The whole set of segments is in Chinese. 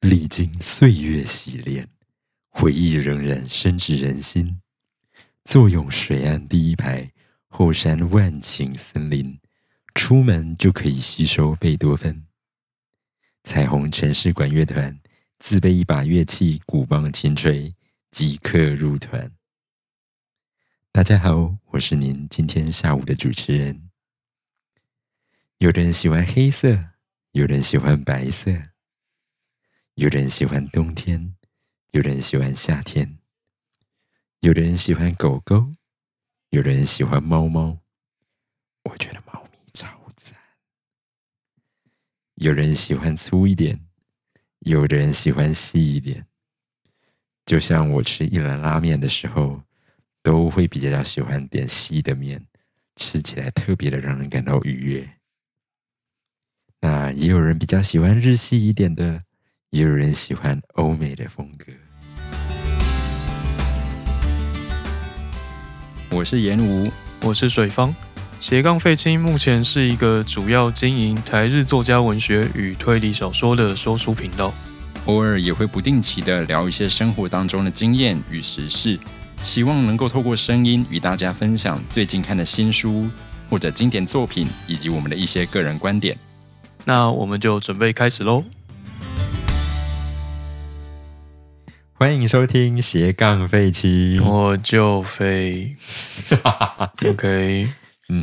历经岁月洗练，回忆仍然深植人心。坐拥水岸第一排，后山万顷森林，出门就可以吸收贝多芬。彩虹城市管乐团自备一把乐器——鼓棒、琴锤，即刻入团。大家好，我是您今天下午的主持人。有人喜欢黑色，有人喜欢白色，有人喜欢冬天，有人喜欢夏天，有人喜欢狗狗，有人喜欢猫猫。我觉得猫咪超赞。有人喜欢粗一点，有的人喜欢细一点。就像我吃一兰拉面的时候，都会比较喜欢点细的面，吃起来特别的让人感到愉悦。那也有人比较喜欢日系一点的，也有人喜欢欧美的风格。我是严吴，我是水方。斜杠废青目前是一个主要经营台日作家文学与推理小说的说书频道。偶尔也会不定期的聊一些生活当中的经验与时事，期望能够透过声音与大家分享最近看的新书或者经典作品，以及我们的一些个人观点。那我们就准备开始喽。欢迎收听斜杠废青。嗯哦我就 飞。OK 嗯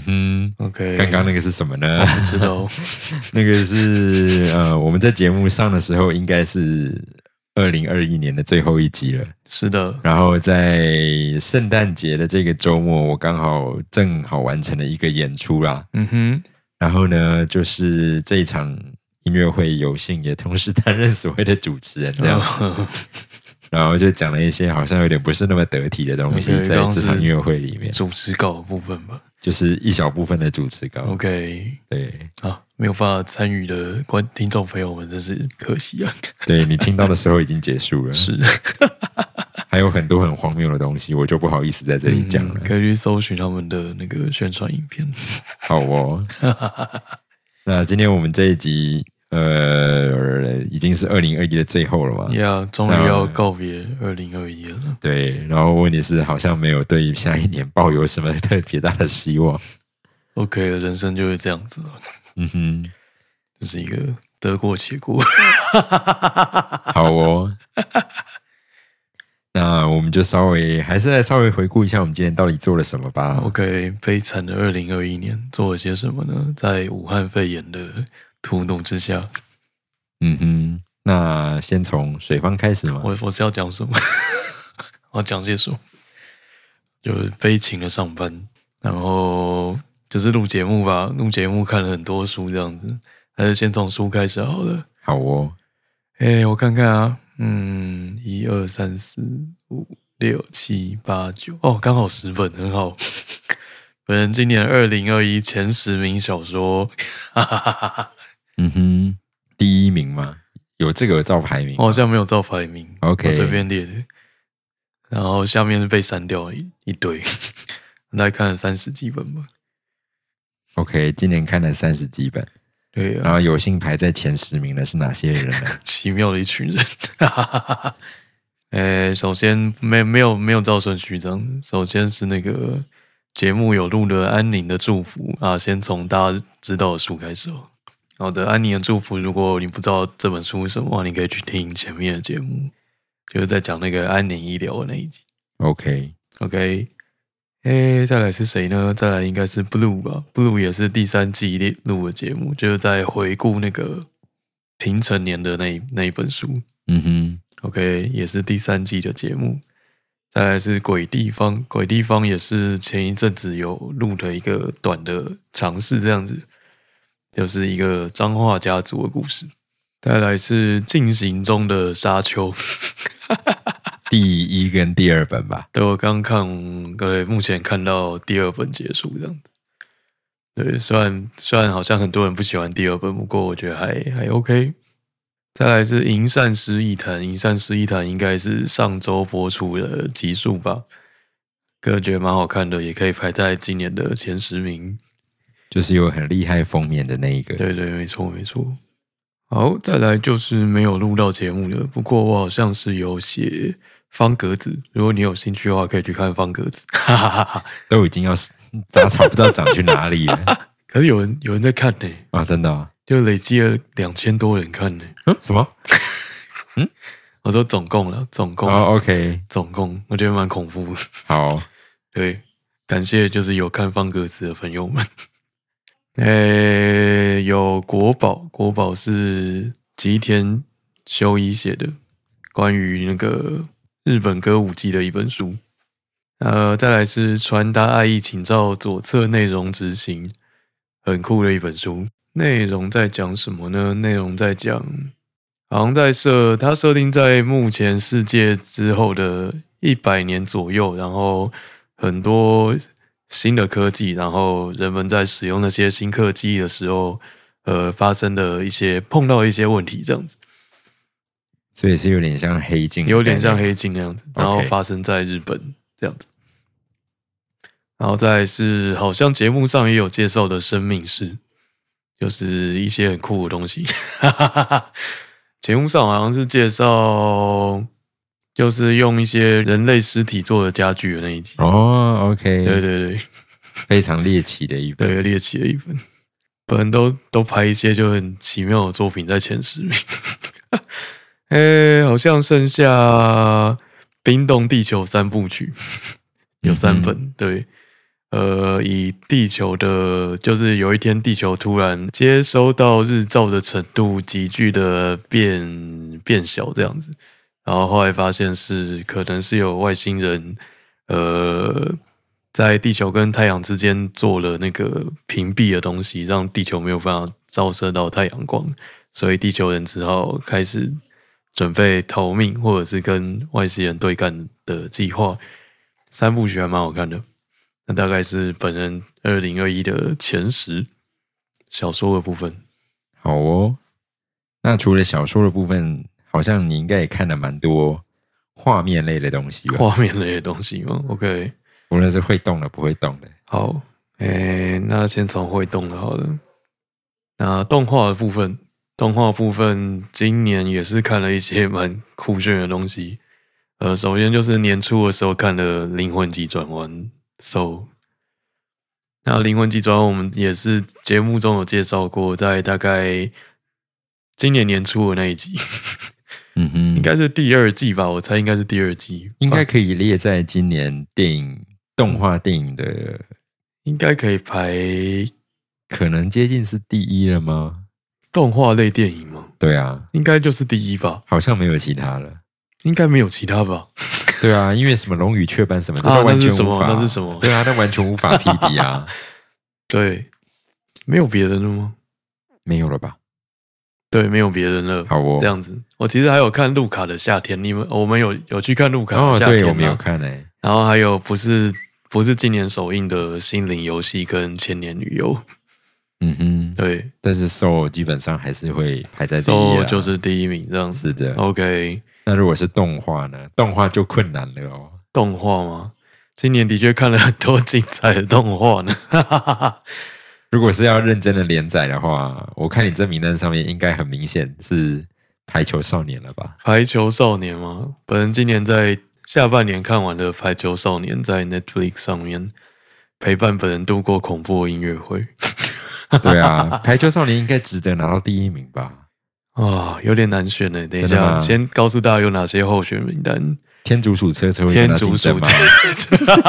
哼， OK，刚刚那个是什么呢？ 不知道。 那个是呃，我们在节目上的时候应该是二零二一年的最后一集了。是的，然后在圣诞节的这个周末，我刚好正好完成了一个演出啦。嗯哼，然后呢，就是这一场音乐会，有幸也同时担任所谓的主持人，这哦样。 然后就讲了一些好像有点不是那么得体的东西， OK，在这场刚是音乐会里面，主持稿的部分吧。就是一小部分的主持稿。 OK，对，啊，没有办法参与的观听众朋友们，真是可惜啊。对你听到的时候已经结束了， 是， 还有很多很荒谬的东西，我就不好意思在这里讲了嗯。可以去搜寻他们的那个宣传影 片。好 哦，那今天我们这一集，呃，已经是二零二一的最后了嘛？呀，终于那要告别二零二一了。对，然后问题是好像没有对下一年抱有什么特别大的希望。 OK，人生就是这样子了，嗯哼，这是一个得过且过。好哦。 那我们就稍微还是来稍微回顾一下我们今天到底做了什么吧。 OK，悲惨的二零二一年做了些什么呢？在武汉肺炎的荼毒之下，嗯哼，那先从水方开始嘛。我我是要讲什么？ 我要讲些什么？就是悲情的上班，然后就是录节目吧，录节目看了很多书，这样子，还是先从书开始好了。好哦，哎、我看看啊，嗯，一二三四五六七八九，哦，刚好十本，很好。 本人今年二零二一前十名小说，嗯哼，第一名嘛，有这个有照排名我好哦像没有照排名 OK 我随便列的。然后下面是被删掉了一一堆， 大概看了三十几本吧。 OK，今年看了三十几本，对啊，然后有幸排在前十名的是哪些人呢？奇妙的一群人。 呃，首先没没有没有照顺序这样子，首先是那个节目有录的《安宁的祝福》啊，先从大家知道的书开始哦。好的，《安宁的祝福》，如果你不知道这本书是什么，你可以去听前面的节目，就是在讲那个安宁医疗的那一集。 OK， OK，诶，再来是谁呢？再来应该是 Blue 吧，Blue 也是第三季列录的节目，就是在回顾那个平成年的那一那一本书。嗯哼， OK，也是第三季的节目。再来是鬼地方，鬼地方也是前一阵子有录的一个短的尝试，这样子，就是一个彰化家族的故事。再来是进行中的沙丘，第一跟第二本吧。对，我刚看，对，目前看到第二本结束这样子。对，虽然虽然好像很多人不喜欢第二本，不过我觉得还还 OK。再来是《银善师一谈》，《银善师一谈》应该是上周播出的集数吧，个人觉得蛮好看的，也可以排在今年的前十名。就是有很厉害封面的那一个。对对，没错没错。好，再来就是没有录到节目了，不过我好像是有写方格子，如果你有兴趣的话，可以去看方格子。哈哈哈哈。都已经要杂草不知道长去哪里 了可是有人有人在看呢、啊！真的、啊？就累积了两千多人看呢、嗯？什么？我说总共了，总共，哦，OK，总共，我觉得蛮恐怖的。好，对，感谢就是有看方格子的朋友们。诶，有国宝，国宝是吉田修一写的，关于那个日本歌舞伎的一本书。呃，再来是《传达爱意，请照左侧内容执行》，很酷的一本书。内容在讲什么呢？内容在讲，好像在设它设定在目前世界之后的一百年左右，然后很多新的科技，然后人们在使用那些新科技的时候，呃，发生的一些碰到一些问题，这样子。所以是有点像黑镜，有点像。黑镜那样子，然后嗯 OK 发生在日本这样子。然后再来是好像节目上也有介绍的生命史，就是一些很酷的东西。 节目上好像是介绍，就是用一些人类尸体做的家具的那一集。哦，OK，对对对，非常猎奇的一本。对猎奇的一份。本人都都拍一些就很奇妙的作品在前十名。 诶、好像剩下《冰冻地球》三部曲，有嗯三本。对，呃，以地球的，就是有一天地球突然接收到日照的程度急剧的变变小这样子，然后后来发现是可能是有外星人，呃，在地球跟太阳之间做了那个屏蔽的东西，让地球没有办法照射到太阳光，所以地球人只好开始准备逃命或者是跟外星人对干的计划。三部曲还蛮好看的，那大概是本人二零二一的前十小说的部分。好哦，那除了小说的部分，好像你应该也看了蛮多画面类的东西吧？画面类的东西吗？OK，无论是会动的、不会动的。好，诶、那先从会动的好了。那动画的部分，动画部分今年也是看了一些蛮酷炫的东西。呃，首先就是年初的时候看了《灵魂急转弯》，So。那《灵魂急转弯》我们也是节目中有介绍过，在大概今年年初的那一集，嗯哼，应该是第二季吧，我猜应该是第二季，应该可以列在今年电影动画电影的，应该可以排可能接近是第一了吗？动画类电影吗？对啊，应该就是第一吧，好像没有其他了。应该没有其他吧？ 对啊，因为什么龙与雀斑什么，这啊都完全那是什么无法，那是什么 对啊，那完全无法匹敌 啊，对，没有别人了吗？没有了吧？对，没有别人了。好哦这样子，我其实还有看路卡的夏天，你们我们有有去看路卡的哦，夏天、啊对，我没有。看欸诶、然后还有不是不是今年首映的《心灵游戏》跟《千年女优》，嗯哼，对，但是 Soul 基本上还是会排在第一、啊 So 就是哦第一名这样子。是啊的。 OK，那如果是动画呢？动画就困难了哦。动画吗？今年的确看了很多精彩的动画呢。哈哈哈哈。如果是要认真的连载的话，我看你这名单上面应该很明显是排球少年了 吧？排球少年吗？本人今年在下半年看完的《排球少年》在 Netflix 上面陪伴本人度过恐怖的音乐会对啊，排球少年应该值得拿到第一名吧？啊，有点难选呢。等一真的下，吗先告诉大家有哪些候选名单。天竺鼠车车会跟天他竞竺鼠争吗？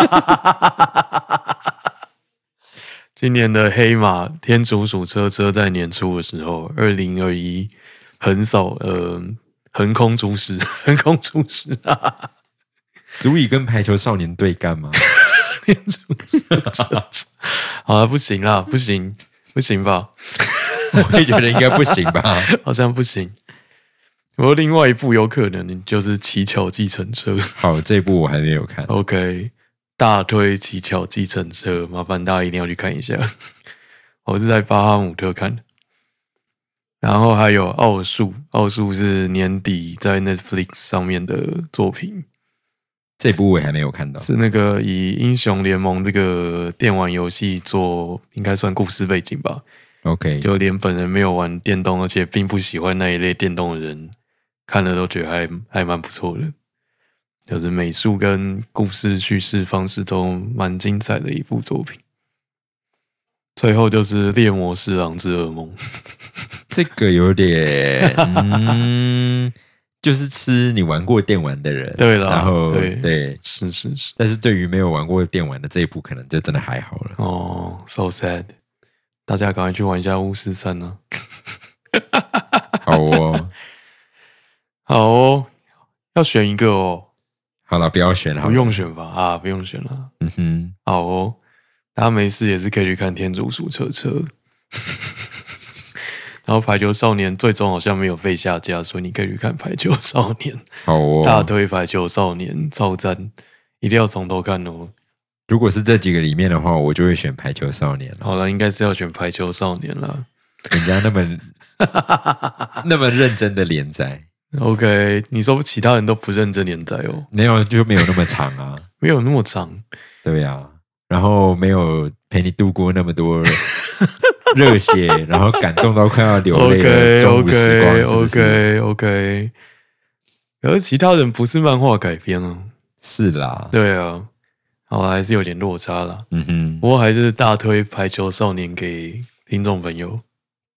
今年的黑马天竺鼠车车在年初的时候，二零二一横扫呃横空出世， 横空出世啊！足以跟排球少年对干吗？好了，不行啦，不行，不行吧？我也觉得应该不行吧。好像不行。不过另外一部有可能就是《乞巧计程车》好，这部我还没有看。 ，OK，大推《乞巧计程车》，麻烦大家一定要去看一下。 我是在巴哈姆特看的，然后还有《奥数》，《奥数》是年底在 Netflix 上面的作品，这部我也还没有看到。是那个以《英雄联盟》这个电玩游戏做，应该算故事背景吧。 OK，就连本人没有玩电动，而且并不喜欢那一类电动的人，看了都觉得还还蛮不错的。就是美术跟故事叙事方式都蛮精彩的一部作品。最后就是《猎魔士郎之噩梦》， 这个有点，嗯，就是吃你玩过电玩的人，对啦然后对对，是是是，但是对于没有玩过电玩的这一步，可能就真的还好了。哦，so sad。大家赶快去玩一下巫师三啊！好哦，好哦，要选一个哦，好了，不要选了，不用选吧？啊，不用选了。嗯哼，好哦，大家没事也是可以去看《天竺鼠车车》， 然后《排球少年》最终好像没有被下架，所以你可以去看《排球少年》好哦。大推《排球少年》，超赞，一定要从头看哦。如果是这几个里面的话，我就会选排球少年了。好了，应该是要选《排球少年》啦。人家那么 那么认真的连载， OK，你说其他人都不认真连载哦，没有就没有那么长啊，没有那么长，对呀、然后没有陪你度过那么多热血，然后感动到快要流泪 的 OK 中午时光 OK 是不是 OK OK，可是其他人不是漫画改编啊。是啦，对啊，好啦，还是有点落差啦。嗯哼不，过还是大推《排球少年》给听众朋友。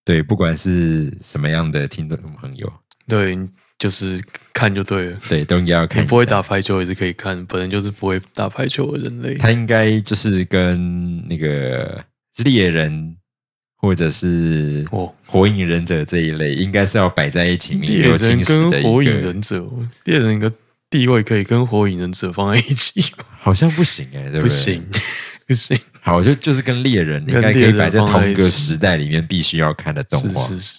对，不管是什么样的听众朋友，对，就是看就对了。对，都应该要你看一不会下打排球也是可以看，本人就是不会打排球的人类。他应该就是跟那个猎人或者是哦火影忍者这一类，应该是要摆在一起名猎留青人史跟的一火影个，忍者，猎人的地位可以跟火影忍者放在一起吗？好像不行哎、对不对？ 行，不行，好，就就是跟猎人跟应该可以摆在猎人放在同一一起个时代里面必须要看的动是画。是是，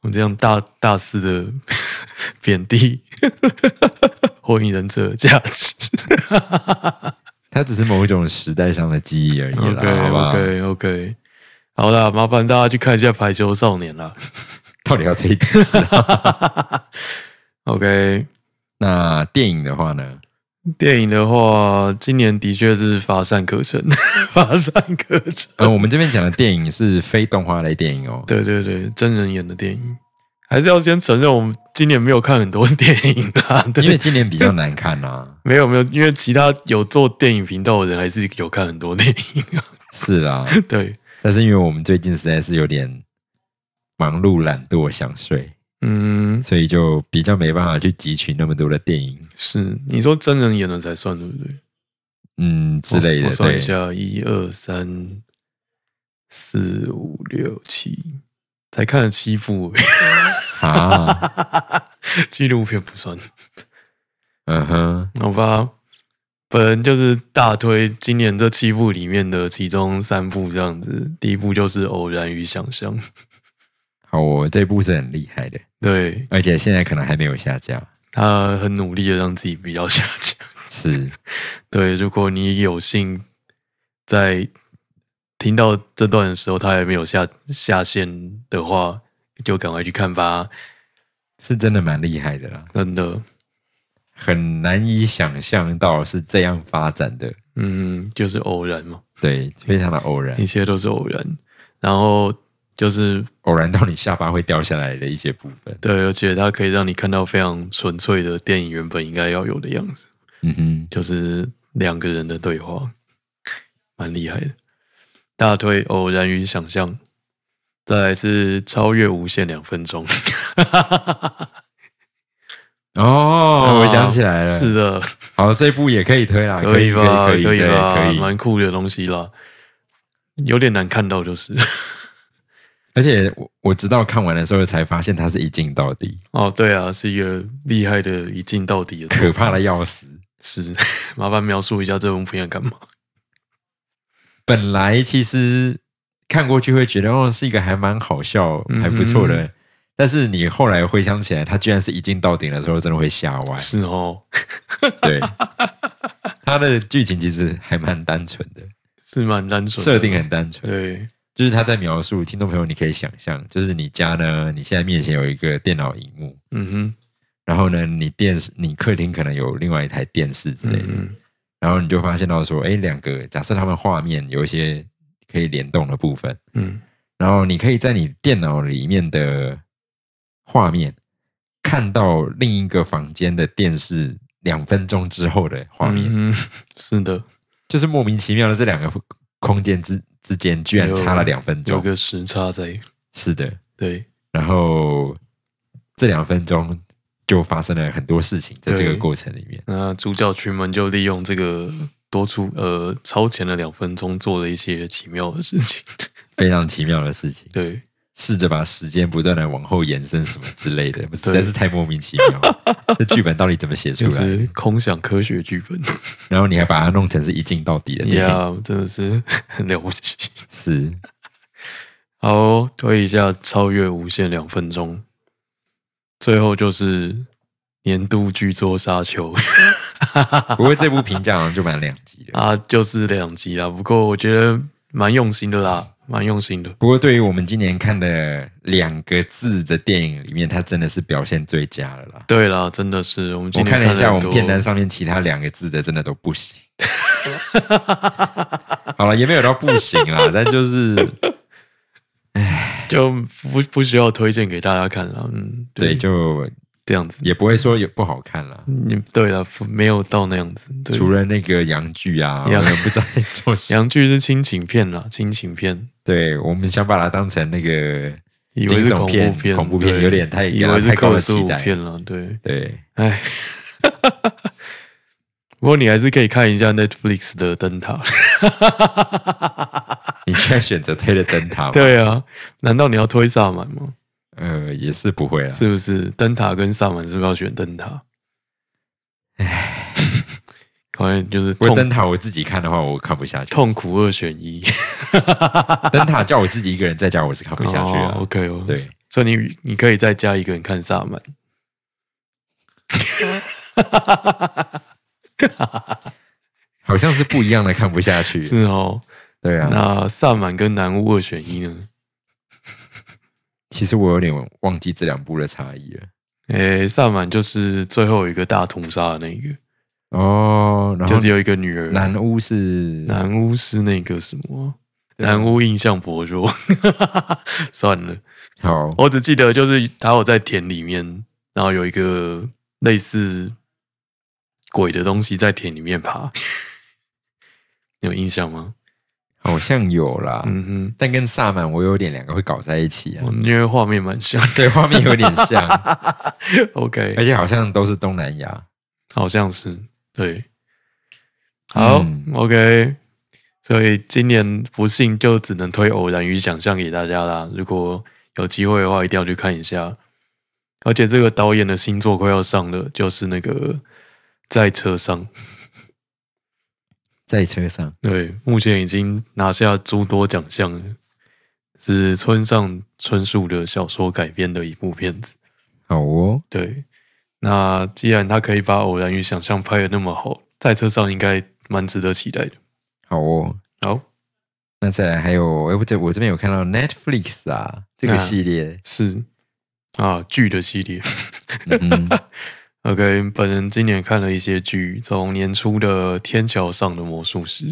我这样大大肆的 贬低 火影忍者的价值。它只是某一种时代上的记忆而已啦 OK 好吧？ OK OK，好啦，麻烦大家去看一下《排球少年》啦。到底要推几次？ OK， 那电影的话呢？电影的话，今年的确是乏善可陈， 乏善可陈。 呃，我们这边讲的电影是非动画类电影哦。对对对，真人演的电影，还是要先承认我们今年没有看很多电影 啦。对，因为今年比较难看啊。 没有没有，因为其他有做电影频道的人还是有看很多电影啊。 是啦，对，但是因为我们最近实在是有点忙碌、懒惰、想睡，嗯，所以就比较没办法去汲取那么多的电影，是你说真人演的才算对不对？嗯之类哦我的。我算一对，下，一二三四五六七，才看了七部，欸啊， 纪录片不算。嗯哼，好吧，本人就是大推今年这七部里面的其中三部这样子。第一部就是《偶然与想象》， 好，我这部是很厉害的，对而且现在可能还没有下架。他很努力的让自己比较下降。是，对，如果你有幸在听到这段的时候，他还没有下下线的话，就赶快去看吧，是真的蛮厉害的啦，真的。很难以想象到是这样发展的。嗯，就是偶然嘛，对，非常的偶然一，切都是偶然。然后就是偶然到你下巴会掉下来的一些部分。对，而且它可以让你看到非常纯粹的电影原本应该要有的样子，嗯哼，就是两个人的对话，蛮厉害的。大推《偶然与想象》，再来是《超越无限两分钟》哦，我想起来了， 是的，好，这部也可以推啦，可以吧？可以可以对吧？可以。蛮酷的东西啦，有点难看到就是 而且我我直到看完的时候才发现，它是一镜到底，哦，对啊，是一个厉害的一镜到底的作品，可怕的要死。是。麻烦描述一下这部片干嘛？本来其实看过去会觉得哦，是一个还蛮好笑、嗯哼还不错的，但是你后来回想起来，它居然是一镜到底的时候，真的会吓 歪。是哦，对，它的剧情其实还蛮单纯的，是蛮单纯的，设定很单纯，对。就是他在描述听众朋友，你可以想象，就是你家呢，你现在面前有一个电脑荧幕，嗯然后呢，你电视、你客厅可能有另外一台电视之哼，类的，嗯然后你就发现到说，哎，两个假设他们画面有一些可以联动的部分，嗯然后你可以在你电脑里面的画面看到另一个房间的电视两分钟之后的画面，嗯， 是的，就是莫名其妙的这两个空间之之间居然差了两分有钟。个时差在，是的，对，然后这两分钟就发生了很多事情，在这个对过程里面，那主角群们就利用这个多出呃超前的两分钟，做了一些奇妙的事 情。非常奇妙的事情。对，试着把时间不断的往后延伸什么之类的，实在是太莫名其妙了。这剧本到底怎么写出 就来？是空想科学剧 本，然后你还把它弄成是一镜到底的电影，呀， 真的是很了不起。是好哦，推一下超越无限两分钟，最后就是年度剧作沙丘。不过这部评价好像就蛮两极的。 啊，就是两集啦。不过我觉得蛮用心的啦，蛮用心的。不过对于我们今年看的两个字的电影里面，它真的是表现最佳了啦。对啦，真的是我们今我天看了一下我们很多片单上面其他两个字的，真的都不 行。好了，也没有到不行 啦，但就是就不不需要推荐给大家看了。嗯，对，就这样子。也不会说有不好看啦。嗯，对了，没有到那样子。对，除了那个洋剧啊，我洋们不知道在做什么。洋剧是亲情片啦，亲情片，对我们想把它当成那个以为是惊悚恐片怖片，恐怖片对有点太以给它为是太高克的苏期鲁待片了。对，对，哎。不过你还是可以看一下 Netflix 的《灯塔》。你居然选择推了灯塔吗？，对啊，难道你要推萨满吗？呃，也是不会啦。是不是？灯塔跟萨满是不是要选灯塔？唉， 好像就是不痛过灯塔我自己看的话，我看不下去。痛苦二选一，灯塔叫我自己一个人在家，我是看不下去啊。哦 OK 哦，对，所以你你可以再加一个人看萨满，好像是不一样的，看不下去。是 哦。对啊，那萨满跟南巫二选一呢？其实我有点忘记这两部的差异了。诶，萨满就是最后有一个大屠杀的那个，哦，然后就是有一个女儿。南屋是南巫是那个什么？对啊南巫印象薄弱， 算了。好，我只记得就是他有在田里面，然后有一个类似鬼的东西在田里面爬， 你有印象吗？好像有啦。嗯哦但跟萨满我有点两个会搞在一起哼，啊我，因为画面蛮像。对，画面有点 像，而 OK，且好像都是东南亚。好像是对。好、嗯 o k 所以今年不幸就只能推《偶然与想象》给大家啦。如果有机会的话，一定要去看一下。而且这个导演的新作快要上了，就是那个在车上。在车上，对，目前已经拿下诸多奖项了，是村上春树的小说改编的一部片子。好哦，对，那既然他可以把《偶然与想象》拍的那么好，在车上应该蛮值得期待的。好哦。好，那再来还有，哎，我这我这边有看到 Netflix 啊，这个啊系列，是啊，剧的系列。嗯哼 OK，本人今年看了一些剧，从年初的《天桥上的魔术师》，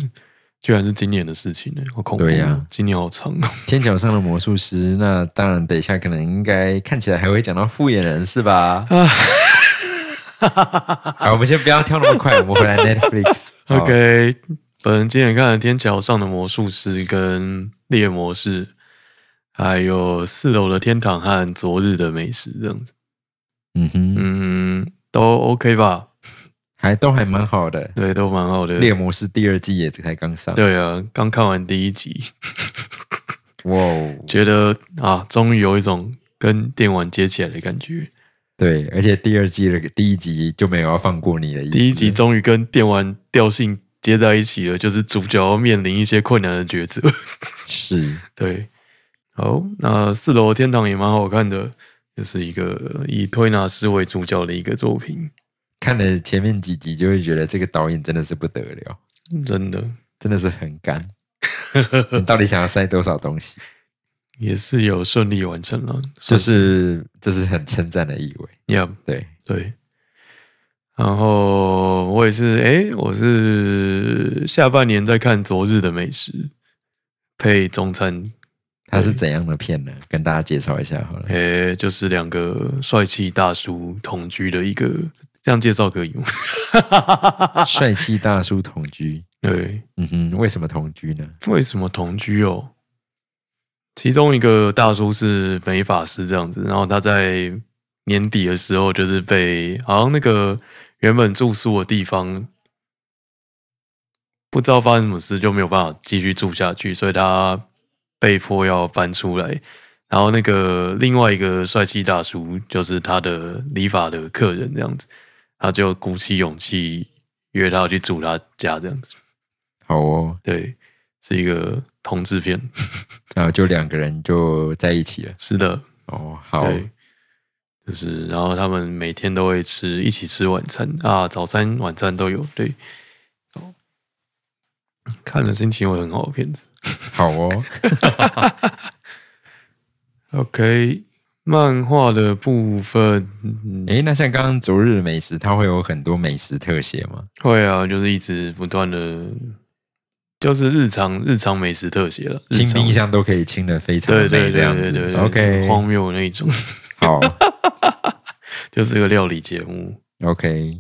居然是今年的事情呢，好恐怖！对呀今年好长哦。天桥上的魔术师。那当然，等一下可能应该看起来还会讲到复眼人是 吧？好，我们先不要跳那么快，我们回来 Netflix 好。 OK，本人今天看了《天桥上的魔术师》跟《猎魔士》，还有《四楼的天堂》和《昨日的美食》这样子，嗯哼，嗯，都 OK 吧？还都还蛮好的。对，都蛮好的。猎魔师第二季也才刚上，对啊，刚看完第一集， 哇哦，觉得啊，终于有一种跟电玩接起来的感觉。对，而且第二季的第一集就没有要放过你的意思。第一集终于跟电玩调性接在一起了，就是主角要面临一些困难的抉择。 是对，好，那四楼的天堂也蛮好看的，就是一个以推拿师为主角的一个作品，看了前面几集就会觉得这个导演真的是不得了，真的真的是很 干。你到底想要塞多少东西？也是有顺利完成了，就算是这是很称赞的意味。 yeah 对，对。然后我也是，诶，我是下半年在看《昨日的美食》，配中餐，它他是怎样的片呢？跟大家介绍一下好了。诶、就是两个帅气大叔同居的一个，这样介绍可以吗？ 帅气大叔同居，对，嗯哼，为什么同居呢？为什么同居哦？其中一个大叔是美法师这样子，然后他在年底的时候就是被好像那个原本住宿的地方，不知道发生什么事就没有办法继续住下去，所以他被迫要搬出来。然后那个另外一个帅气大叔就是他的理发的客人这样子，他就鼓起勇气约他去住他家这样子。好哦，对，是一个同志片。然后就两个人就在一起了。是的，哦，好，对，就是然后他们每天都会吃一起吃晚餐啊，早餐晚餐都有。对，哦看了心情会很好的片子。好哦， OK，漫画的部分，嗯诶，那像刚刚昨日的美食，它会有很多美食特写吗？会啊，就是一直不断的，就是日常日常美食特写了，日清常冰。箱都可以清的非常对美，对这对样对对子。对 OK，荒谬的那一种， 好就是个料理节目。 ，OK，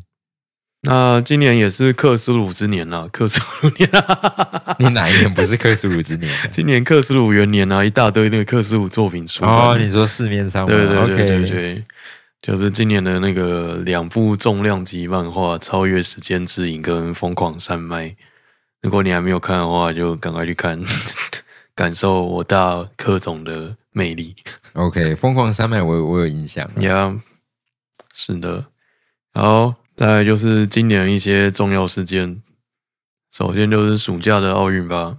那今年也是克苏鲁之年啦，克苏鲁年、啊， 你哪一年不是克苏鲁之年的？今年克苏鲁元年啊，一大堆那个克苏鲁作品出来。哦，你说市面上啊吗对对对对对 o k 就是今年的那个两部重量级漫画《超越时间之影》跟《疯狂山脉》，如果你还没有看的话，就赶快去看， 感受我大柯总的魅力。 OK，疯狂山脉我有我有印象啊了。呀、是的。好，再来就是今年一些重要事件。首先就是暑假的奥运吧，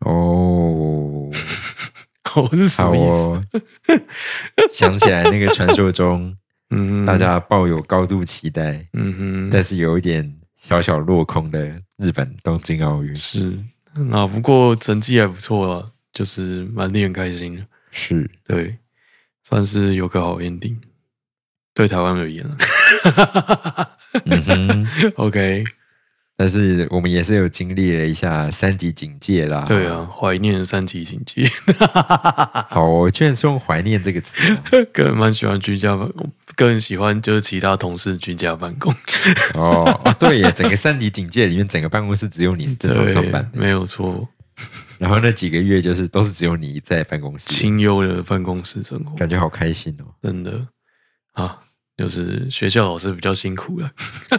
哦，我是什好么意思？哦， 想起来那个传说中，嗯，大，家抱有高度期待，嗯哼，但是有一点小小落空的日本东京奥运是啊，不过成绩还不错啊，就是蛮令人开心的，是对，算是有个好 ending，对台湾而言啊了。嗯哼， OK， 但是我们也是有经历了一下三级警戒啦。对啊，，怀念三级警戒， 好、哦，我居然是用“怀念”这个词啊、个人蛮喜欢居家办公，个人喜欢就是其他同事居家办公。哦。哦，对 耶，整个三级警戒里面，整个办公室只有你是正常对，上班的，没有错，然后那几个月就是都是只有你在办公室，清幽的办公室生活，感觉好开心哦。真的啊，就是学校老师比较辛苦啊了。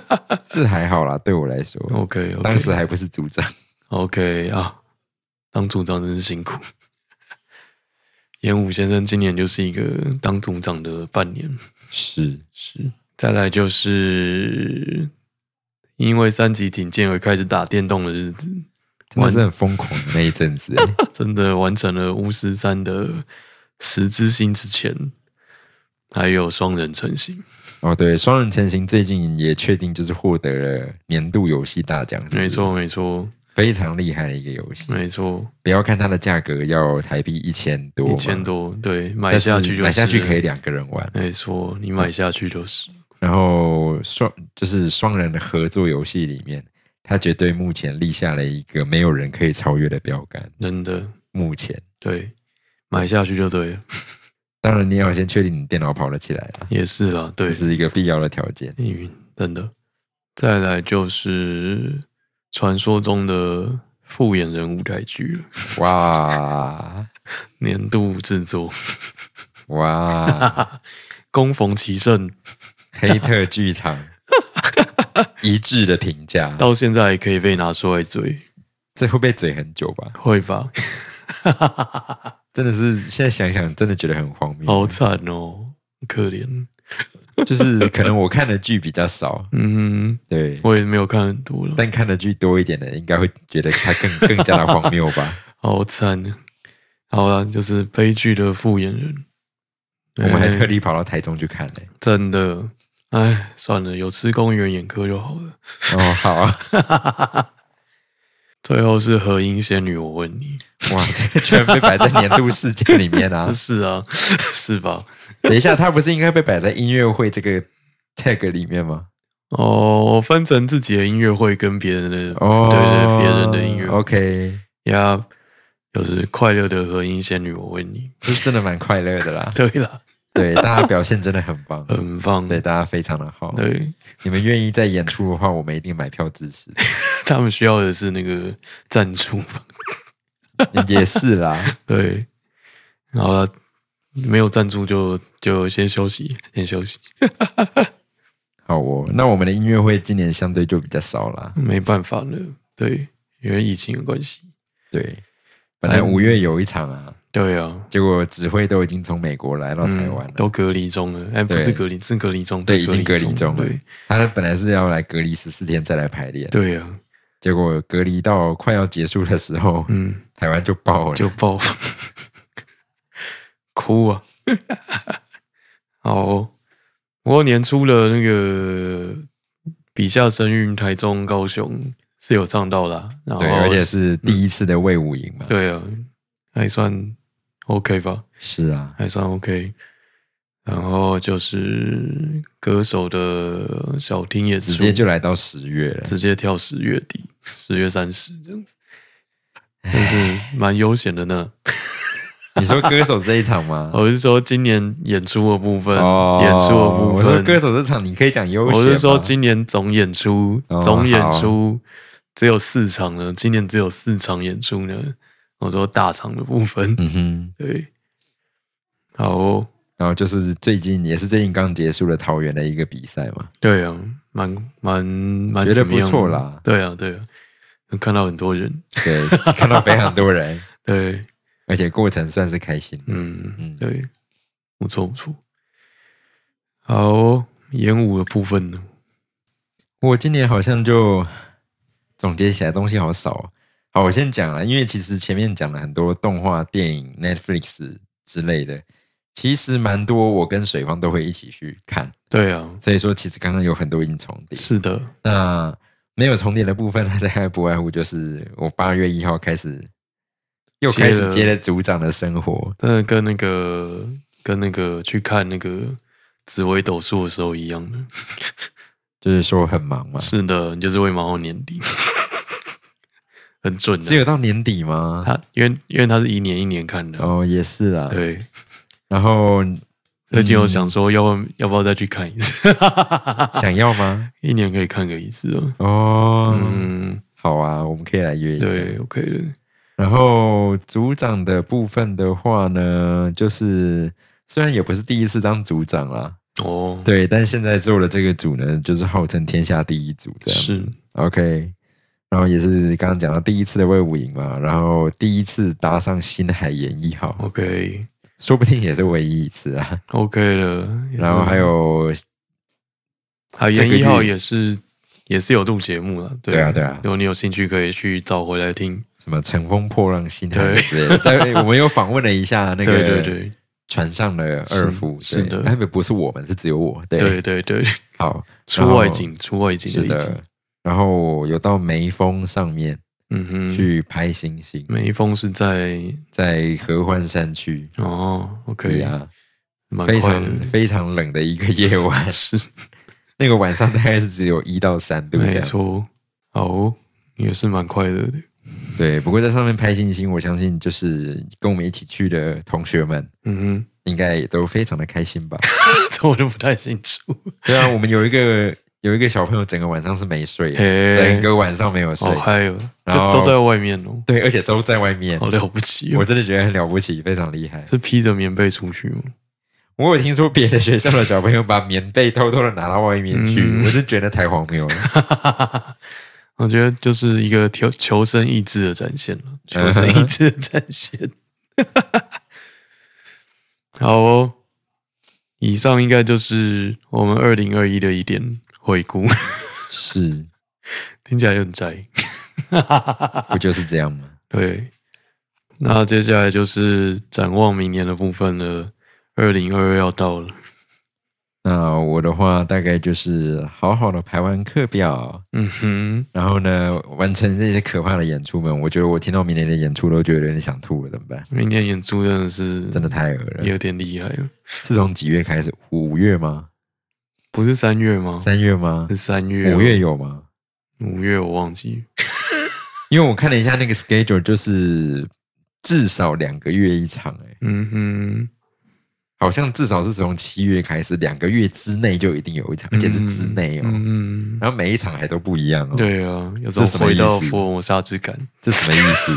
是还好啦，对我来说哦 OK，, o k 当时还不是组长。 OK 啊，当组长真是辛苦。 演武先生今年就是一个当组长的半年，是，是。再来就是因为三级警戒而开始打电动的日子，真的是很疯狂的那一阵子欸。 真的完成了巫师三的十之心之前，还有双人成型，哦，对，双人成行最近也确定就是获得了年度游戏大奖，是不是没，错，没错，非常厉害的一个游戏。没错，不要看它的价格要台币一千多嘛，一千多，对，买但是下去就是买下去可以，两个人玩。没错，你买下去就是，然后双就是双人的合作游戏里面，它绝对目前立下了一个没有人可以超越的标杆。真的，目前，对，买下去就对了。当然你也要先确定你电脑跑得起来了，也是啦，对这，是一个必要的条件。命运真的。再来就是传说中的复眼人舞台剧了，哇年度制作， 哇，攻逢其胜，黑特剧 场一致的评价，到现在还可以被拿出来追，这会被嘴很久吧？会吧？真的是现在想想，真的觉得很荒谬。好惨哦，很可怜。就是可能我看的剧比较 少，嗯，对，我也没有看很多了，但看的剧多一点的，应该会觉得它 更更加的荒谬吧。好惨。好啦，就是悲剧的复眼人，我们还哎特地跑到台中去看呢、真的，哎，算了，有吃公园眼科就好了。哦，好啊，最后是何英仙女，我问你， 哇，这个居然被摆在年度事件里面 啊！是啊，是吧？等一下，它不是应该被摆在音乐会这个 tag 里面吗？哦，我分成自己的音乐会跟别人的，哦，对对，别人的音乐会，OK，呀。就是快乐的和音仙女，我为你。 。这真的蛮快乐的啦对啦，对，大家表现真的很棒，很棒。对大家非常的好。嗯对， 你们愿意在演出的话，我们一定买票支持。 他们需要的是那个赞助。也是啦， 对，好了，没有赞助就就先休息，先休息，好哦。那我们的音乐会今年相对就比较少啦。没办法了。对，因为疫情的关系。对，本来嗯五月有一场啊，对啊，嗯结果指挥都已经从美国来到台湾了。都隔离中了，哎，不是对隔离，是隔离中，对，已经隔离中中了对，。他本来是要来隔离十四天再来排练，对啊，结果隔离到快要结束的时候，嗯，台湾就爆了。就爆， 哭啊！ 好哦、我年初的那个笔下神韵，台中、高雄是有唱到啦，然后对，而且是第一次的魏武营嘛。对啊，还算 OK 吧，是啊，还算 OK。然后就是歌手的小听也直接就来到十月了。直接跳十月底，十月三十这样子，但是蛮悠闲的呢。你说歌手这一场吗？我是说今年演出的部分，哦，演出的部分，我说歌手这场你可以讲悠我闲吗。是说今年总演出，哦总演出只有四场呢，今年只有四场演出呢。我说大场的部分，嗯哼，对，好、哦，然后就是最近也是最近刚结束了桃园的一个比赛嘛，对啊，蛮蛮蛮觉得怎么不样的错啦。对啊，对啊，看到很多人，对， 看到非常多人，对，而且过程算是开心。嗯，嗯对，不错不错。好，哦演武的部分呢？我今年好像就总结起来东西好少哦、好，我先讲啊，因为其实前面讲了很多动画、电影、Netflix 之类的，其实蛮多我跟水方都会一起去看，对啊，所以说其实刚刚有很多已经重叠。是的，那没有重叠的部分， 大概不外乎就是我八月一号开始又开接始了接了组长的生活，真的跟那个跟那个去看那个紫薇斗数的时候一样的。 就是说很忙嘛。是的，你就是会忙到年底，很准的。只有到年底吗？他，因为因为他是一年一年看的，哦，也是啦。对，然 后最近我想说要不要要不要再去看一次， 想要吗？一年可以看个一次哦。哦，嗯，好啊，我们可以来约一下。对，OK 的，然后组长的部分的话呢，就是虽然也不是第一次当组长啦，哦，对，但现在做的这个组呢，就是号称天下第一组这样。是， OK，然后也是刚刚讲到第一次的魏武营嘛，然后第一次搭上星海演艺号，哦 OK，OK 说不定也是唯一一次啊。了。也是然后还有海这个岩一号月也是也是有录节目了，对对啊对啊如果你有兴趣，可以去找回来听。什么乘风破浪星海对之类的， 在我们有访问了一下那对对个对船上的二夫，对是是的哎，不不是我们，是只有我，对，对对 对，好，出外景出外景是的一集，的。然后有到梅峰上面嗯哼，去拍星星，每一封是在在合欢山区，哦，OK，对啊，蛮非快常 的，非常冷的一个夜晚，是那个晚上大概是只有一到三度这没样子。错，好哦，也是蛮快乐的，对，不过在上面拍星星，我相信就是跟我们一起去的同学们，嗯应该也都非常的开 心吧？哼， 这我就不太清楚，对啊，我们有一个有一个小朋友，整个晚上是没睡的，嘿整个晚上没有睡好，嗨哦，然后都都在外面哦，对，而且都在外面好，了不起我哦，真的觉得很了不起，非常厉害。是披着棉被出去吗？我有听说别的学校的小朋友把棉被偷偷的拿到外面去，嗯我是觉得太荒谬了。 我觉得就是一个求求生意志的展现了，求生意志的展现。 好哦，以上应该就是我们二零二一的一点回顾，是，听起来就很宅。不就是这样吗？对，那接下来就是展望明年的部分了。二零二二要到了，那我的话大概就是好好的排完课表，嗯哼，然后呢，完成这些可怕的演出们，我觉得我听到明年的演出都觉得有点想吐了，怎么办？明年演出真的是真的太恶了。有点厉害了，是从几月开始？五月吗？不是三月吗？三月吗是？三哦月哦，五月有吗？五月我忘记，因为我看了一下那个 schedule，就是至少两个月一场、欸，嗯哼，好像至少是从七月开始，两个月之内就一定有一场，而且是之内哦。嗯然后每一场还都不一样哦。哼，，对啊，有这种什么回到意思福尔摩沙之感。这什么意 思？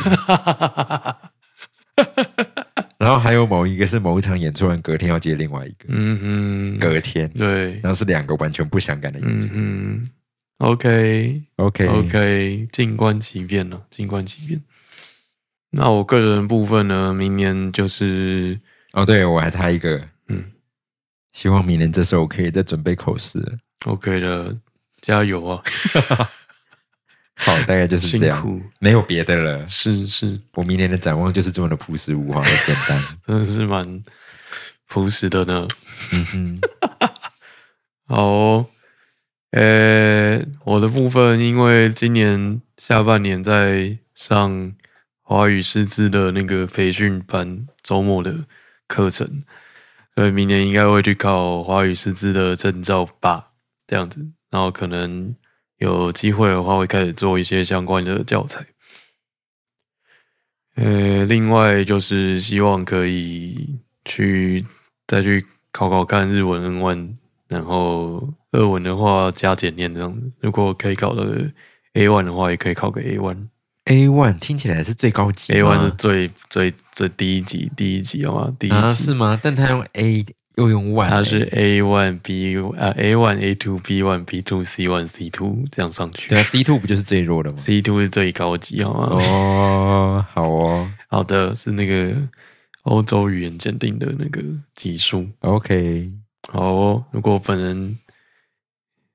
然后还有某一个是某一场演出完隔天要接另外一个，嗯哼，隔天，对，然后是两个完全不相干的演出。嗯哼，OK， OK OK，静观其变了，静观其变。那我个人的部分呢，明年就是哦，对，我还差一个，嗯希望明年这时候我可以再准备口试了。 OK 的，加油啊，好，大概就是这辛样，苦，没有别的了。是是，我明年的展望就是这么的朴实无华和简 单。真的是蛮朴实的呢。嗯哼，好哦、呃，我的部分因为今年下半年在上华语师资的那个培训班周末的课程，所以明年应该会去考华语师资的证照吧，这样子。然后可能有机会的话，会开始做一些相关的教材。呃，另外就是希望可以去再去考考看日文 N 1然后日文的话加减练这样子。如果可以考到 A one 的话，也可以考个 A one。 A one 听起来是最高级啊 A 吗 one 是最最最第一级，第一级好吗？第一级、啊是吗？但他用 A 又用 one，它是 A one B 啊 A one A two B one B two C one C two 这样上去。对啊，C two 不就是最弱的吗？ C two 是最高级好吗？哦，好哦好的，是那个欧洲语言鉴定的那个级数。 ，OK，好哦，如果本人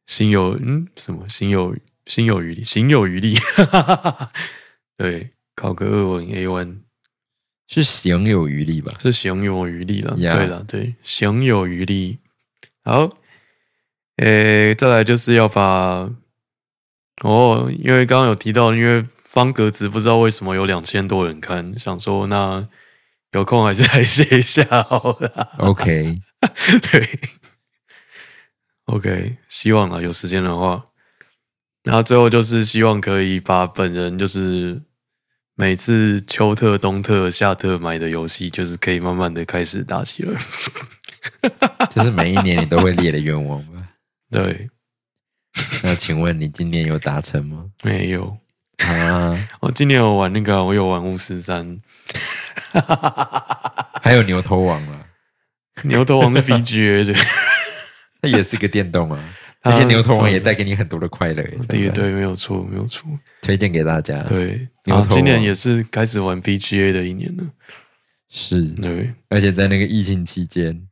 心有嗯什么心有心有余力，心有余力， 对，考个二文 A one 是行有余力吧？是行有余力了 Yeah 对了，对，行有余力。好，诶，再来就是要把哦，因为刚刚有提到，因为方格子不知道为什么有两千多人看，想说那有空还是来写一下好了。 OK， 对，OK，希望啊，有时间的话，那最后就是希望可以把本人就是每次秋特、冬特、夏特买的游戏，就是可以慢慢的开始打起来。这是每一年你都会列的愿望吧？对，那请问你今年有达成 吗？没有，啊，我、今年有玩那个啊，我有玩巫师三，还有牛头王啊，牛头王是 BGA 的，它也是个电动 啊， 而且牛头王也带给你很多的快乐耶，对不对，没有错，没有错，推荐给大家。，对，牛啊，头今年王也是开始玩 BGA 的一年了，是，对，而且在那个疫情期间，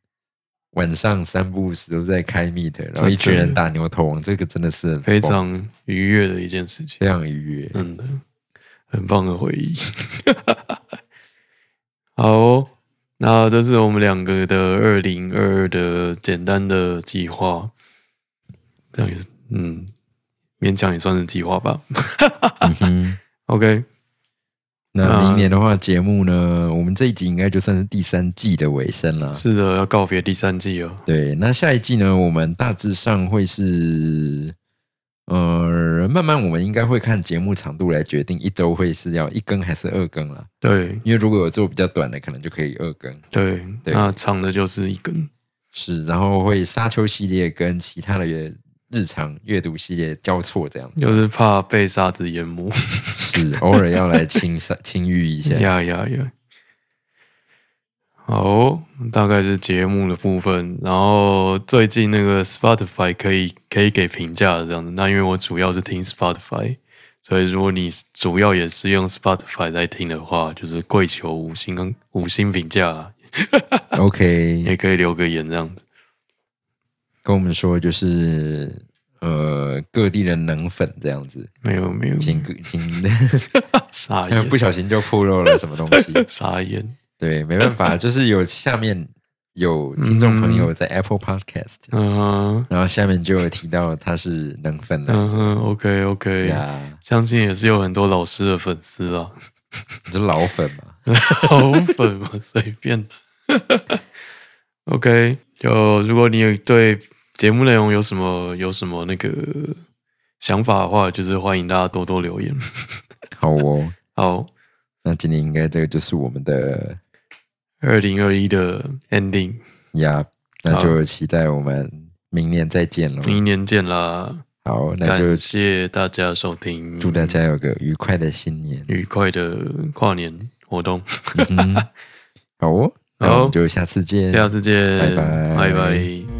晚上三不五时都在开 meet，然后一群人打牛头王，这个真的是很非疯常嗯愉悦的一件事情。非常愉悦。真的，很棒的回忆。 好哦、那这是我们两个的二零二二的简单的计划，这样也是嗯，勉强也算是计划吧。嗯 哼 OK，那啊明年的话，节目呢，我们这一集应该就算是第三季的尾声了。是的，要告别第三季了。对，那下一季呢，我们大致上会是，呃，慢慢我们应该会看节目长度来决定一周会是要一更还是二更啦。对因为如果有做比较短的，可能就可以二更。对，对那长的就是一根。是，然后会沙丘系列跟其他的阅日常阅读系列交错这样子。就是怕被沙子淹没，是，偶尔要来清沙清淤一 下。呀呀呀！好哦，大概是节目的部分。然后最近那个 Spotify 可以可以给评价的这样子。那因为我主要是听 Spotify，所以如果你主要也是用 Spotify 在听的话，就是跪求五星跟五星评价啊，也 OK，可以留个言这样子。跟我们说就是呃各地的能粉这样子，没有没有，请请， 傻哎眼呦不小心就暴露了什么东西。傻眼，对，没办法，就是有下面有听众朋友在 Apple Podcast，、嗯哼然后下面就有提到他是能粉嗯了。哼，OK 对 OK，呀，相信也是有很多老师的粉丝啦。你是老粉嘛？ 头粉嘛，随便。OK，就如果你有对节目内容有什么有什么那个想法的话，就是欢迎大家多多留言。好哦， 好，那今天应该这个就是我们的二零二一的 ending，呀，那好就期待我们明年再见喽。明年见啦！好，那就感谢大家收听，祝大家有个愉快的新年。愉快的跨年活动，嗯哼好哦，那我好们就下次见， 下次见，拜拜拜拜